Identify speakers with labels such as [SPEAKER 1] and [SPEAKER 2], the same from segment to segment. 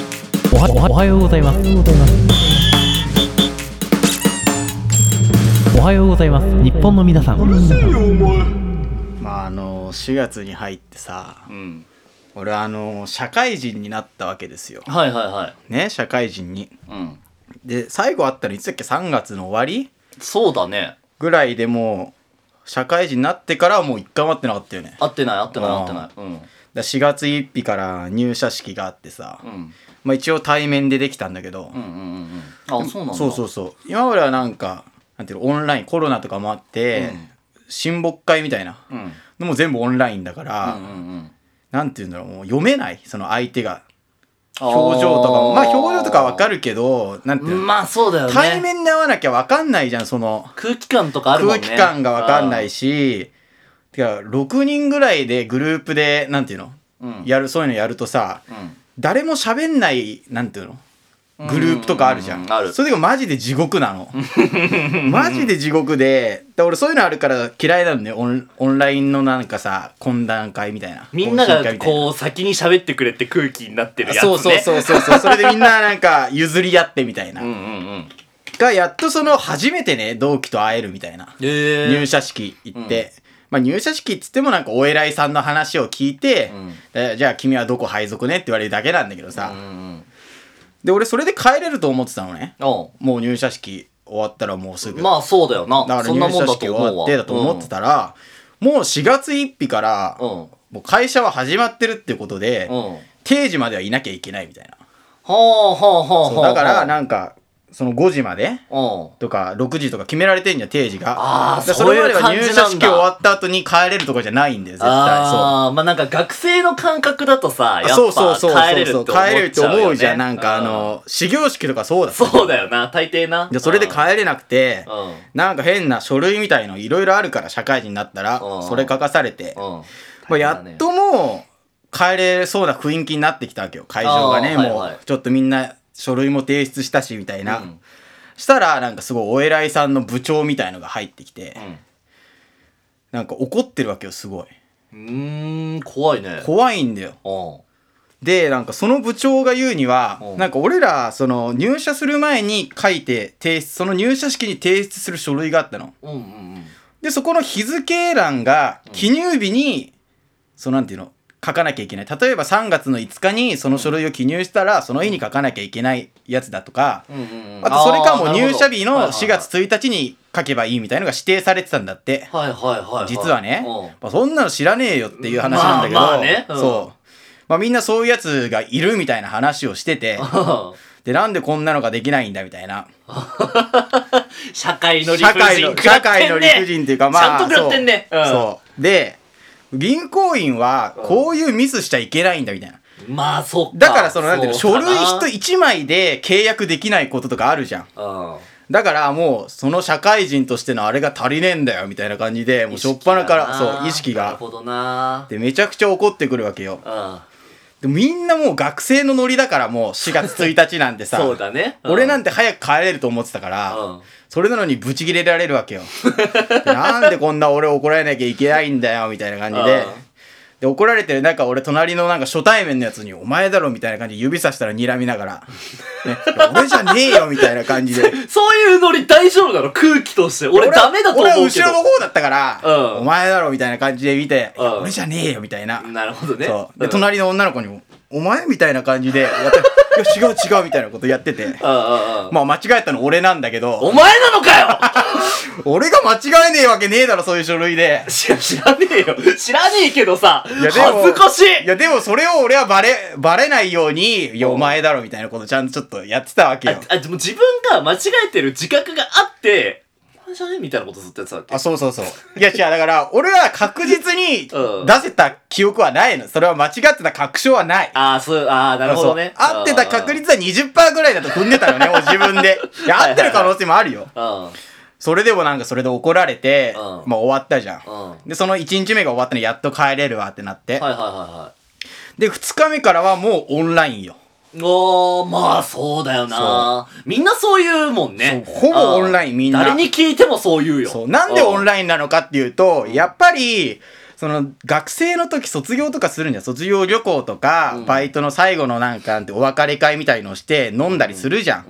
[SPEAKER 1] はおはようございます。おはようございます。日本の皆さん。
[SPEAKER 2] まああの4月に入ってさ
[SPEAKER 3] うん
[SPEAKER 2] 俺あの社会人になったわけですよ
[SPEAKER 3] はいはいは
[SPEAKER 2] ね社会人に
[SPEAKER 3] いうん
[SPEAKER 2] で最後あったのいつだっけ3月の終わり
[SPEAKER 3] そうだね
[SPEAKER 2] ぐらいでもう社会人になってからはもう一回も会ってなかったよねだか
[SPEAKER 3] 合ってない合ってない
[SPEAKER 2] あー
[SPEAKER 3] 合ってないうん
[SPEAKER 2] ら4月1日から入社式があってさ、
[SPEAKER 3] うん
[SPEAKER 2] まあ、一応対面でできたんだけど、
[SPEAKER 3] うんうんうんうんあそうなんだ
[SPEAKER 2] そうそうそう今まではなんかなんていうのオンラインコロナとかもあって、親睦会みたいな
[SPEAKER 3] うんうん
[SPEAKER 2] のも全部オンラインだか
[SPEAKER 3] う
[SPEAKER 2] ら、
[SPEAKER 3] んうん
[SPEAKER 2] なんていうんだろうもう読めないその相手が
[SPEAKER 3] あー
[SPEAKER 2] 表情とかもまあ表情とかわかるけどなんていうの、
[SPEAKER 3] まあそうだよね
[SPEAKER 2] 対面で会わなきゃわかんないじゃんその
[SPEAKER 3] 空気感とかあるもん
[SPEAKER 2] 空
[SPEAKER 3] ね
[SPEAKER 2] 気感がわかんないし、てか6人ぐらいでグループでなんていうの、
[SPEAKER 3] うん
[SPEAKER 2] やるそういうのやるとさ
[SPEAKER 3] うん
[SPEAKER 2] 誰も喋んないなんていうのグループとかあるじゃん,、
[SPEAKER 3] うんある
[SPEAKER 2] それがマジで地獄 なのマジで地獄でで俺そういうのあるから嫌いなのねオンオンラインのなんかさ懇談会みたいな
[SPEAKER 3] みんな
[SPEAKER 2] 懇親会
[SPEAKER 3] が
[SPEAKER 2] みたいな
[SPEAKER 3] こう先に喋ってくれって空気になってるやつね
[SPEAKER 2] そうそうそうそ うそうそれでみんななんか譲り合ってみたいな、
[SPEAKER 3] うんうんうん
[SPEAKER 2] がやっとその初めてね同期と会えるみたいな
[SPEAKER 3] え
[SPEAKER 2] 入社式行って、まあ、入社式っつってもなんかお偉いさんの話を聞いて、
[SPEAKER 3] うん
[SPEAKER 2] でじゃあ君はどこ配属ねって言われるだけなんだけどさ、
[SPEAKER 3] うんうん
[SPEAKER 2] で俺それで帰れると思ってたのね
[SPEAKER 3] お
[SPEAKER 2] もう入社式終わったらもうすぐ、
[SPEAKER 3] うまあそうだよな
[SPEAKER 2] だから
[SPEAKER 3] そん
[SPEAKER 2] 入
[SPEAKER 3] なもん
[SPEAKER 2] 社
[SPEAKER 3] だ
[SPEAKER 2] 式
[SPEAKER 3] と
[SPEAKER 2] 終
[SPEAKER 3] 思う
[SPEAKER 2] わ
[SPEAKER 3] わ
[SPEAKER 2] ってだと思ってたら、もう4月1日から、
[SPEAKER 3] うんうん
[SPEAKER 2] もう会社は始まってるってことで、
[SPEAKER 3] うん
[SPEAKER 2] 定時まではいなきゃいけないみたいな、
[SPEAKER 3] はあはあはあ
[SPEAKER 2] そう
[SPEAKER 3] はあ
[SPEAKER 2] だからなんかその5時まで
[SPEAKER 3] うん
[SPEAKER 2] とか6時とか決められてんじゃん定時が
[SPEAKER 3] あー
[SPEAKER 2] で
[SPEAKER 3] そういう
[SPEAKER 2] れまでは
[SPEAKER 3] 感じ
[SPEAKER 2] 入
[SPEAKER 3] なんだ
[SPEAKER 2] 社式終わった後に帰れるとかじゃないんだよ絶対そう
[SPEAKER 3] ああーまあなんか学生の感覚だとさやっ
[SPEAKER 2] そうそう
[SPEAKER 3] ぱ
[SPEAKER 2] そう
[SPEAKER 3] 帰れるって
[SPEAKER 2] そ
[SPEAKER 3] 思っ
[SPEAKER 2] うそ
[SPEAKER 3] ちゃうよ、ね、
[SPEAKER 2] う帰れるって思うじゃんなんかあ
[SPEAKER 3] うん
[SPEAKER 2] の始業式とかそうだ
[SPEAKER 3] そうだよな大抵な
[SPEAKER 2] でそれで帰れなくて
[SPEAKER 3] うん
[SPEAKER 2] なんか変な書類みたいのいろいろあるから社会人になったら
[SPEAKER 3] うん
[SPEAKER 2] それ書かされて
[SPEAKER 3] うん
[SPEAKER 2] まあやっともう帰れそうな雰囲気になってきたわけよ会場がね
[SPEAKER 3] あーはい
[SPEAKER 2] も
[SPEAKER 3] はいう
[SPEAKER 2] ちょっとみんな書類も提出したしみたいな、
[SPEAKER 3] うん
[SPEAKER 2] したらなんかすごいお偉いさんの部長みたいのが入ってきて、なんか怒ってるわけよすごい
[SPEAKER 3] うんうーん怖いね
[SPEAKER 2] 怖いんだよ
[SPEAKER 3] うん
[SPEAKER 2] でなんかその部長が言うには、
[SPEAKER 3] うん
[SPEAKER 2] なんか俺らその入社する前に書いて提出その入社式に提出する書類があったの
[SPEAKER 3] うんうん
[SPEAKER 2] でそこの日付欄が記入日に、そうなんていうの書かなきゃいけない例えば3月の5日にその書類を記入したらその日に書かなきゃいけないやつだとか、
[SPEAKER 3] うんうんうん
[SPEAKER 2] あとそれかもう入社
[SPEAKER 3] あ
[SPEAKER 2] 日
[SPEAKER 3] ーな
[SPEAKER 2] の
[SPEAKER 3] るほど
[SPEAKER 2] 4月1日に書けばいいみたいのが指定されてたんだって、
[SPEAKER 3] はいはいはいい
[SPEAKER 2] 実はね、
[SPEAKER 3] う
[SPEAKER 2] まあ、そんなの知らねえよっていう話なんだけど、
[SPEAKER 3] まあまあねうん
[SPEAKER 2] そう、まあ、みんなそういうやつがいるみたいな話をしてて
[SPEAKER 3] ん
[SPEAKER 2] でなんでこんなのができないんだみたいな
[SPEAKER 3] 社会の理
[SPEAKER 2] 社
[SPEAKER 3] 不
[SPEAKER 2] 会
[SPEAKER 3] 尽
[SPEAKER 2] の
[SPEAKER 3] 食ら
[SPEAKER 2] 社
[SPEAKER 3] ってんね
[SPEAKER 2] 会の理不尽っていうかまあ
[SPEAKER 3] ちゃんと食らってんね
[SPEAKER 2] そう,、
[SPEAKER 3] うん
[SPEAKER 2] そうで銀行員はこういうミスしちゃいけないんだみたいな
[SPEAKER 3] まあそっか
[SPEAKER 2] だからそのなんていうの
[SPEAKER 3] そう
[SPEAKER 2] 書
[SPEAKER 3] か
[SPEAKER 2] 類1枚で契約できないこととかあるじゃん
[SPEAKER 3] うん
[SPEAKER 2] だからもうその社会人としてのあれが足りねえんだよみたいな感じでもうしょっぱなからそう意識
[SPEAKER 3] なる
[SPEAKER 2] が
[SPEAKER 3] ほどな
[SPEAKER 2] でめちゃくちゃ怒ってくるわけよ
[SPEAKER 3] うん
[SPEAKER 2] でもみんなもう学生のノリだからもう4月1日なんて さ
[SPEAKER 3] そうだね
[SPEAKER 2] 俺なん
[SPEAKER 3] て
[SPEAKER 2] て早く帰れると思ってたから、
[SPEAKER 3] うん
[SPEAKER 2] それなのにブチ切れられるわ けよでなんでこんな俺怒られなきゃいけないんだよみたいな感じで
[SPEAKER 3] うん
[SPEAKER 2] で怒られてる中俺隣のなんか初対面のやつに「お前だろ」みたいな感じで指さしたら睨みな がら「ね、俺じゃねえよ」みたいな感じで
[SPEAKER 3] そういうノリ大丈夫なの空気として。 俺ダメだと思うけ
[SPEAKER 2] 俺は後ろの
[SPEAKER 3] ど。
[SPEAKER 2] 方だったから「
[SPEAKER 3] うん
[SPEAKER 2] お前だろ」みたいな感じで見て「いや
[SPEAKER 3] うん
[SPEAKER 2] 俺じゃねえよ」みたいな
[SPEAKER 3] なるほどね。
[SPEAKER 2] そうで
[SPEAKER 3] ん。
[SPEAKER 2] 隣の女の子にも「お前?」みたいな感じ でやって「いや違う違う」みたいなことやってて
[SPEAKER 3] うんうんうん。
[SPEAKER 2] まあ間違えたの俺なんだけど
[SPEAKER 3] お前なのかよ
[SPEAKER 2] 俺が間違えねえわけねえだろそういう書類 で
[SPEAKER 3] 知ら知らねえよ。知らねえけどさ。
[SPEAKER 2] いやでも
[SPEAKER 3] 恥ずかしい
[SPEAKER 2] いやでもそれを俺はバレバレないように「いやお前だろ」みたいなことちゃんとちょっとやってたわけよ
[SPEAKER 3] あ、あでも自分が間違えてる自覚があって、お前じゃねえみたいなことずっとやってたわけ
[SPEAKER 2] あ。そうそうそういや違うだ から俺は確実に
[SPEAKER 3] うん
[SPEAKER 2] 出せた記憶はないのそれは間違ってた確証はない
[SPEAKER 3] あー、そう、あー、なるほどね。
[SPEAKER 2] そう合ってた確率は20%ぐらいだと踏んでた のねもう自分でいや合ってる可能性もあるよ
[SPEAKER 3] うん。うん。
[SPEAKER 2] それでもなんかそれで怒られて、
[SPEAKER 3] うん
[SPEAKER 2] まあ終わったじゃん。
[SPEAKER 3] は
[SPEAKER 2] で、その1日目が終わったのやっと帰れるわってなって。
[SPEAKER 3] いはいはいは
[SPEAKER 2] で、2日目からはもうオンラインよ。
[SPEAKER 3] い。おー、まあそうだよな。みんなそう言うもんね。
[SPEAKER 2] そうほぼオンライン
[SPEAKER 3] うん
[SPEAKER 2] みんな
[SPEAKER 3] 誰に聞いてもそう言うよ。
[SPEAKER 2] そう。なんでオン
[SPEAKER 3] ライ
[SPEAKER 2] ラインなのかっていうと、やっぱり、その学生の時卒業とかするんじゃん卒業旅行とか、
[SPEAKER 3] うん
[SPEAKER 2] バイトの最後のなんかなんてお別れ会みたいのをして飲んだりするじゃん、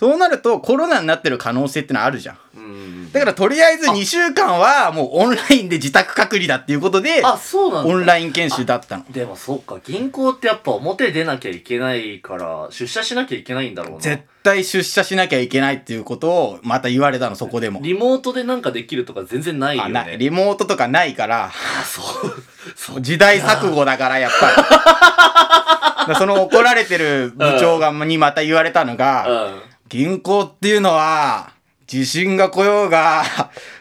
[SPEAKER 2] そうなるとコロナになってる可能性ってのはあるじゃん
[SPEAKER 3] うん
[SPEAKER 2] だからとりあえず2週間はもうオンラインで自宅隔離だっていうことで
[SPEAKER 3] あそうなんだ
[SPEAKER 2] オンライン研修だったの
[SPEAKER 3] でもそっか銀行ってやっぱ表出なきゃいけないから出社しなきゃいけないんだろうな
[SPEAKER 2] 絶対出社しなきゃいけないっていうことをまた言われたのそこでも
[SPEAKER 3] リモートでなんかできるとか全然ないよ
[SPEAKER 2] あない
[SPEAKER 3] ね
[SPEAKER 2] リモートとかないから
[SPEAKER 3] あそうそう
[SPEAKER 2] 時代錯誤だからやっぱりだ からその怒られてる部長がにまた言われたのが
[SPEAKER 3] う
[SPEAKER 2] 銀行っていうのは地震が来ようが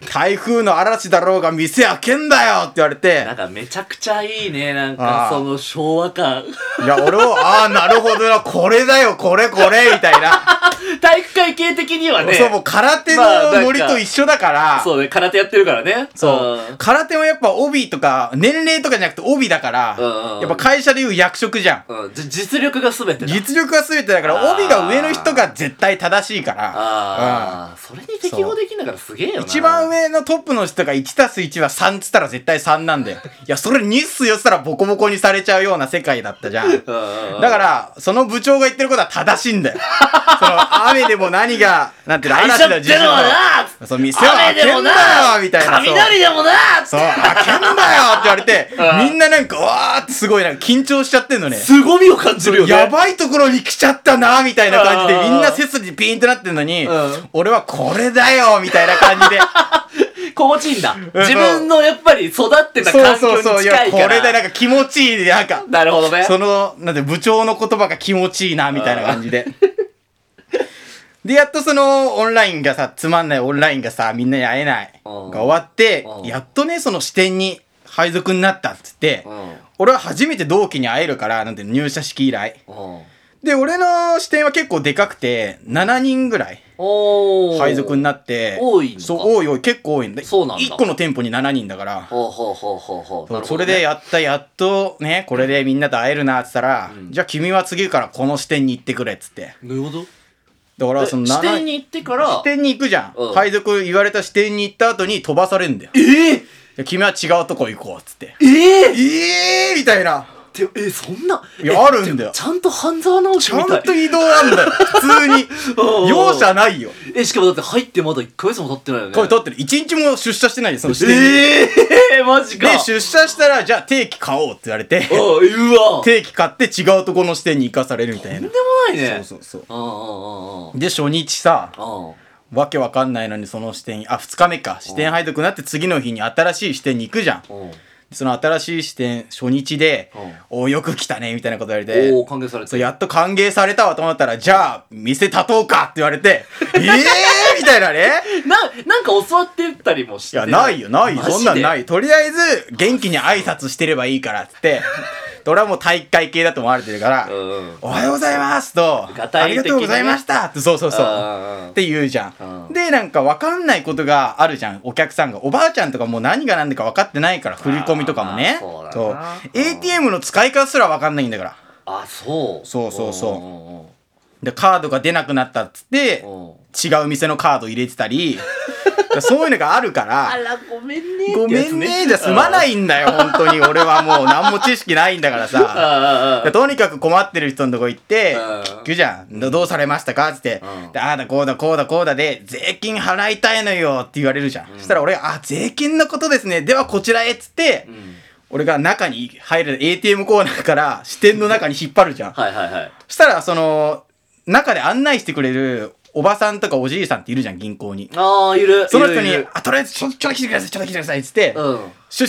[SPEAKER 2] 台風の嵐だろうが店開けんだよって言わ
[SPEAKER 3] ん
[SPEAKER 2] れ
[SPEAKER 3] な
[SPEAKER 2] て
[SPEAKER 3] んかめちゃくちゃいいねなん
[SPEAKER 2] あ
[SPEAKER 3] か
[SPEAKER 2] ー
[SPEAKER 3] その昭和感
[SPEAKER 2] いや俺もああなるほどなこれだよこれこれみたいな
[SPEAKER 3] 体育会系的に はね
[SPEAKER 2] そうもう空手の
[SPEAKER 3] まあなんか
[SPEAKER 2] ノリと一緒だから
[SPEAKER 3] そうね空手やってるからね
[SPEAKER 2] そう空手はやっぱ帯とか年齢とかじゃなくて帯だから
[SPEAKER 3] うんうんうん
[SPEAKER 2] やっぱ会社でいう役職じゃん
[SPEAKER 3] うん、うん、じ実力が全てだ
[SPEAKER 2] 実力が全てだから
[SPEAKER 3] あー
[SPEAKER 2] 帯が上の人が絶対正しいから、
[SPEAKER 3] ああ、それに適応できんだからすげえよ
[SPEAKER 2] うん、
[SPEAKER 3] な
[SPEAKER 2] 一番上のトップの人が 1+1 は3っつったら絶対3なん だよいやそれ2っすよっつったらボコボコにされちゃうような世界だったじゃん
[SPEAKER 3] うんうん
[SPEAKER 2] だからその部長が言ってることは正しいんだよ その雨でも何がなんていうの
[SPEAKER 3] 会
[SPEAKER 2] 嵐
[SPEAKER 3] 社っ
[SPEAKER 2] だ
[SPEAKER 3] てのはな
[SPEAKER 2] そう店は開けんなよ
[SPEAKER 3] 雨でもな
[SPEAKER 2] みたいなそう
[SPEAKER 3] 雷でもな
[SPEAKER 2] そう開けんだよって言われて
[SPEAKER 3] うん
[SPEAKER 2] みんななんかわーってすごいなんか緊張しちゃってんのね
[SPEAKER 3] 凄みを感じるよね
[SPEAKER 2] やばいところに来ちゃったなみたいな感じ
[SPEAKER 3] あ
[SPEAKER 2] で
[SPEAKER 3] ー
[SPEAKER 2] みんな背筋ピーンってなってんのに、
[SPEAKER 3] うん
[SPEAKER 2] 俺はこれだよみたいな 感じで
[SPEAKER 3] 心地いいんだ。自分のやっぱり育ってた
[SPEAKER 2] そう
[SPEAKER 3] 環
[SPEAKER 2] そ
[SPEAKER 3] 境
[SPEAKER 2] う
[SPEAKER 3] に
[SPEAKER 2] そうい
[SPEAKER 3] 近
[SPEAKER 2] や
[SPEAKER 3] い
[SPEAKER 2] こ
[SPEAKER 3] から。
[SPEAKER 2] れでなんか気持ちいいなんか
[SPEAKER 3] なるほどね。
[SPEAKER 2] そのなんて部長の言葉が気持ちいいなみたいな感じででやっとそのオンラインがさつまんないオンラインがさみんなに会えないが
[SPEAKER 3] うん
[SPEAKER 2] 終わって
[SPEAKER 3] うん
[SPEAKER 2] やっとねその支店に配属になったっつって俺は初めて同期に会えるからなんて入社式以来
[SPEAKER 3] うん。うん。
[SPEAKER 2] で俺の支店は結構でかくて7人ぐらい
[SPEAKER 3] おー。
[SPEAKER 2] 配属になって
[SPEAKER 3] 多いのか
[SPEAKER 2] そう多い多い結構多いんで
[SPEAKER 3] そうなんだ
[SPEAKER 2] 1個の店舗に7人だから
[SPEAKER 3] ほうほうほうほうほう。
[SPEAKER 2] そう
[SPEAKER 3] なる
[SPEAKER 2] そ
[SPEAKER 3] ほど
[SPEAKER 2] れ
[SPEAKER 3] ね
[SPEAKER 2] で、やったやっとねこれでみんなと会えるなっつったら、
[SPEAKER 3] うん
[SPEAKER 2] じゃあ君は次からこの支店に行ってくれっつって
[SPEAKER 3] なるほど。
[SPEAKER 2] だからその
[SPEAKER 3] で支店
[SPEAKER 2] に
[SPEAKER 3] に行ってから
[SPEAKER 2] 支、店に行くじゃん、
[SPEAKER 3] うん
[SPEAKER 2] 配属言われた支店に行った後に飛ばされんだよ
[SPEAKER 3] えー、
[SPEAKER 2] で君は違うとこ行こうっつって
[SPEAKER 3] えー、
[SPEAKER 2] ええー、みたいな
[SPEAKER 3] てえ、そんな、
[SPEAKER 2] いや
[SPEAKER 3] え
[SPEAKER 2] あるんだよ
[SPEAKER 3] ちゃんと半沢直
[SPEAKER 2] ち
[SPEAKER 3] 樹
[SPEAKER 2] ゃ
[SPEAKER 3] みた
[SPEAKER 2] ん
[SPEAKER 3] い。
[SPEAKER 2] と移動あんだ よ普通
[SPEAKER 3] うん
[SPEAKER 2] に容赦ないよ
[SPEAKER 3] え、しかもだって入ってまだ1ヶ月も経ってないよね。
[SPEAKER 2] これ取ってる一日も出社してないよその支店に、
[SPEAKER 3] ええー、マジか。
[SPEAKER 2] で出社したらじゃあ定期買おうって言われて
[SPEAKER 3] おううわ。とん
[SPEAKER 2] 定期買って違うところの支店に行かされるみたい
[SPEAKER 3] で
[SPEAKER 2] な
[SPEAKER 3] もないね。
[SPEAKER 2] そうそうそう
[SPEAKER 3] うんうんうんうん。
[SPEAKER 2] で初日さ
[SPEAKER 3] うん。
[SPEAKER 2] わけわかんないのにその支店あ2日目か支店配属になって次の日に新しい支店に行くじゃん
[SPEAKER 3] うん
[SPEAKER 2] その新しい支店初日で
[SPEAKER 3] うん
[SPEAKER 2] 「おおよく来たね」みたいなこと言われ
[SPEAKER 3] おお
[SPEAKER 2] て
[SPEAKER 3] 歓迎され
[SPEAKER 2] そう
[SPEAKER 3] て
[SPEAKER 2] やっと歓迎されたわと思ったら「じゃあ店立とうか」って言われて「ええー!」みたいなね
[SPEAKER 3] ななんか教わってったりもし
[SPEAKER 2] い
[SPEAKER 3] て
[SPEAKER 2] やないよない
[SPEAKER 3] マ
[SPEAKER 2] よ
[SPEAKER 3] ジで
[SPEAKER 2] そんなんないとりあえず元気に挨拶してればいいからっつって で俺はもう体育会系だと思われてるから
[SPEAKER 3] うんうん
[SPEAKER 2] おはようございますと、
[SPEAKER 3] がた
[SPEAKER 2] あ
[SPEAKER 3] い
[SPEAKER 2] り
[SPEAKER 3] 的にね
[SPEAKER 2] がとうございましたって、そうそうそう。
[SPEAKER 3] あー
[SPEAKER 2] って言うじゃ
[SPEAKER 3] うん
[SPEAKER 2] ん。で、なんか分かんないことがあるじゃん、お客さんが。おばあちゃんとかもう何が何だか分かってないから、振り込みとかもね。
[SPEAKER 3] あーそう
[SPEAKER 2] そ
[SPEAKER 3] だな
[SPEAKER 2] う。
[SPEAKER 3] うん
[SPEAKER 2] ATM の使い方すら分かんないんだから。
[SPEAKER 3] あそう
[SPEAKER 2] そうそうそうん
[SPEAKER 3] ん
[SPEAKER 2] で、カードが出なくなったっつって、
[SPEAKER 3] うんうん
[SPEAKER 2] 違う店のカード入れてたり、 そういうのがあるから。
[SPEAKER 3] あらごめんね
[SPEAKER 2] ごめんねじゃ済まないいん だよ、本当に。俺はもう何も知識ないんだからさ。
[SPEAKER 3] あーあーあ
[SPEAKER 2] でとにかく困ってる人のとこ行って
[SPEAKER 3] うん
[SPEAKER 2] 聞くじゃん「どどうされましたか?」っつって
[SPEAKER 3] うん
[SPEAKER 2] でああだこうだこうだこうだ」で「税金払いたいのよ」って言われるじゃん、そしたら俺が「あ税金のことですねではこちらへ」っつって、
[SPEAKER 3] ーうん
[SPEAKER 2] 俺が中に入る ATM コーナーから支店の中に引っ張るじゃん、
[SPEAKER 3] はいはいはい
[SPEAKER 2] そしたらその中で案内してくれるおばさんとかおじいさんっているじゃん銀行に。
[SPEAKER 3] ああいる
[SPEAKER 2] その人
[SPEAKER 3] いるい
[SPEAKER 2] に
[SPEAKER 3] る
[SPEAKER 2] 「あとりあえずちょちょっと来てくださいちょっと来てください」っつって、
[SPEAKER 3] う
[SPEAKER 2] 趣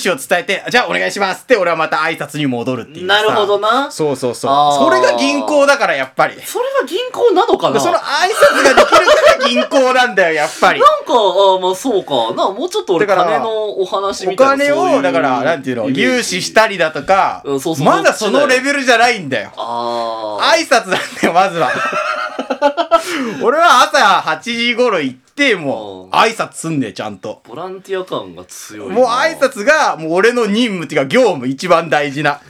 [SPEAKER 2] 旨を伝えて「じゃあお願いします」って俺はまた挨拶に戻るっていうんさ
[SPEAKER 3] なるほどなそ
[SPEAKER 2] そうそうそう
[SPEAKER 3] あー
[SPEAKER 2] それが銀行だからやっぱりで
[SPEAKER 3] れは銀行なのかな
[SPEAKER 2] そ
[SPEAKER 3] なん
[SPEAKER 2] の
[SPEAKER 3] か
[SPEAKER 2] 挨拶ができるから銀行なんだよやっぱり
[SPEAKER 3] あーまあそうかなもうちょっと俺
[SPEAKER 2] だから
[SPEAKER 3] 金のお話
[SPEAKER 2] お
[SPEAKER 3] みたいな
[SPEAKER 2] 金
[SPEAKER 3] そうい
[SPEAKER 2] を
[SPEAKER 3] う
[SPEAKER 2] だからなんていうの
[SPEAKER 3] イメージ
[SPEAKER 2] 融資したりだとか
[SPEAKER 3] うんそうそう
[SPEAKER 2] まだそのレベルじゃないんだよ
[SPEAKER 3] ああ
[SPEAKER 2] 挨拶なんだよま ずは俺は朝8時頃行ってもう
[SPEAKER 3] うん
[SPEAKER 2] 挨拶すんだよちゃんと
[SPEAKER 3] ボランティア感が強いな
[SPEAKER 2] もう挨拶がもう俺の任務っていうか業務一番大事な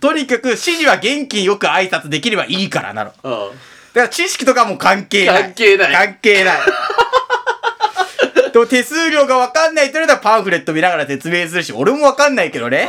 [SPEAKER 2] とにかく指示は元気よく挨拶できればいいからなの
[SPEAKER 3] うん
[SPEAKER 2] だから知識とかも関係ない。
[SPEAKER 3] 関 係ない
[SPEAKER 2] 関係ない。でも手数料がわかんないって言うのはパンフレット見ながら説明するし、俺もわかんないけどね。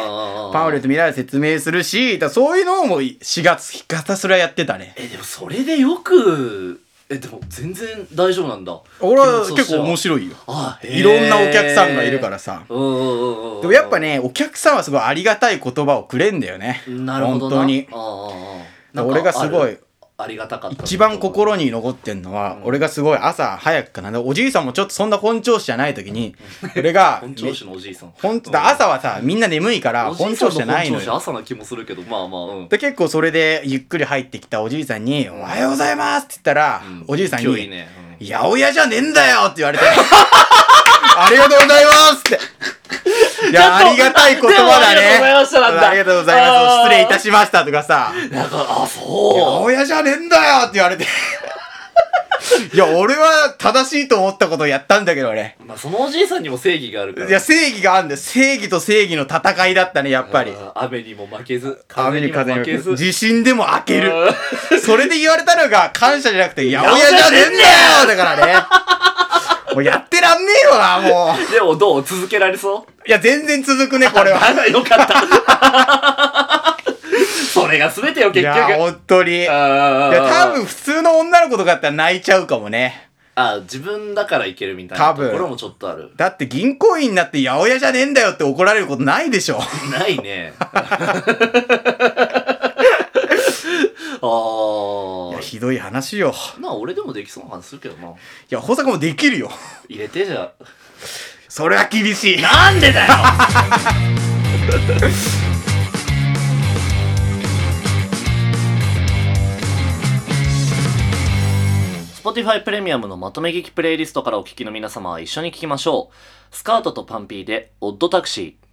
[SPEAKER 2] パンフレット見ながら説明するし、だからそういうのをもう4月、ひたすらやってたね。
[SPEAKER 3] えでもそれでよくえでも全然大丈夫なんだ
[SPEAKER 2] 俺は結構面
[SPEAKER 3] 白い
[SPEAKER 2] 白いよ。
[SPEAKER 3] あへー
[SPEAKER 2] いろんなお客さんがいるからさ。
[SPEAKER 3] うんうんうんうん
[SPEAKER 2] でもやっぱね、お客さんはすごいありがたい言葉をくれんだよね。
[SPEAKER 3] なるほどな
[SPEAKER 2] 本当に。
[SPEAKER 3] ああああなんか
[SPEAKER 2] 俺がすご
[SPEAKER 3] あ
[SPEAKER 2] い
[SPEAKER 3] る、ありがたかった
[SPEAKER 2] 一番心に残ってんのは、俺がすごい朝早くかな。おじいさんもちょっとそんな本調子じゃない時に、俺が、
[SPEAKER 3] 本調子のおじいさん
[SPEAKER 2] 本当だ朝はさ、みんな眠いから、
[SPEAKER 3] おじ
[SPEAKER 2] 本
[SPEAKER 3] いさんの
[SPEAKER 2] 調子じゃないの
[SPEAKER 3] 本調
[SPEAKER 2] よ。
[SPEAKER 3] 子朝な気もするけどまあまあうん
[SPEAKER 2] で、結構それでゆっくり入ってきたおじいさんに、おはようございますって言ったら、
[SPEAKER 3] う
[SPEAKER 2] おじいさん
[SPEAKER 3] 勢い
[SPEAKER 2] に、
[SPEAKER 3] ねうん
[SPEAKER 2] 八百屋じゃねえんだよって言われて、 ありがとうございますって。いや、ありがたい言葉だね。
[SPEAKER 3] でもありがとうございましたなんだ
[SPEAKER 2] ありがとうございます。失礼いたしましたとかさ、
[SPEAKER 3] なんかあ
[SPEAKER 2] 八
[SPEAKER 3] そう
[SPEAKER 2] 百屋じゃねえんだよって言われて。いや、俺は正しいと思ったことをやったんだけどね。
[SPEAKER 3] まあそのおじいさんにも正義があるから
[SPEAKER 2] いや、正義があるんだよ。正義と正義の戦いだったね、やっぱり。
[SPEAKER 3] あー雨にも負けず風
[SPEAKER 2] 雨に
[SPEAKER 3] にも
[SPEAKER 2] 風に
[SPEAKER 3] 負
[SPEAKER 2] 負
[SPEAKER 3] け
[SPEAKER 2] け
[SPEAKER 3] ず
[SPEAKER 2] ず地震でも開ける
[SPEAKER 3] うん
[SPEAKER 2] それで言われたのが感謝じゃなくて「やおやじゃねえんだよ!」だから ねもうやってらんねえよなもう
[SPEAKER 3] でもどう続けられそう
[SPEAKER 2] いや全然続 くねこれは
[SPEAKER 3] あよかった。 それが全てよ、
[SPEAKER 2] い
[SPEAKER 3] 結局。
[SPEAKER 2] や本当にいや
[SPEAKER 3] 多
[SPEAKER 2] 多分普通の女の子とかだったら泣いちゃうかもね
[SPEAKER 3] あ自分だからいけるみたい
[SPEAKER 2] 多
[SPEAKER 3] な
[SPEAKER 2] 分
[SPEAKER 3] ところもちょっとある
[SPEAKER 2] だって銀行員になって「八百屋じゃねえんだよ」って怒られることないでしょ
[SPEAKER 3] ない ねあ
[SPEAKER 2] い
[SPEAKER 3] あ
[SPEAKER 2] やひどい話よ
[SPEAKER 3] まあ俺でもできそうな感じするけどない
[SPEAKER 2] や保坂もできるよ
[SPEAKER 3] 入れてじゃ
[SPEAKER 2] それは厳しい
[SPEAKER 3] なんでだよ Spotify プレミアムのまとめ劇プレイリストからお聞きの皆様は一緒に聞きましょう。スカートとパンピーで、オッドタクシー。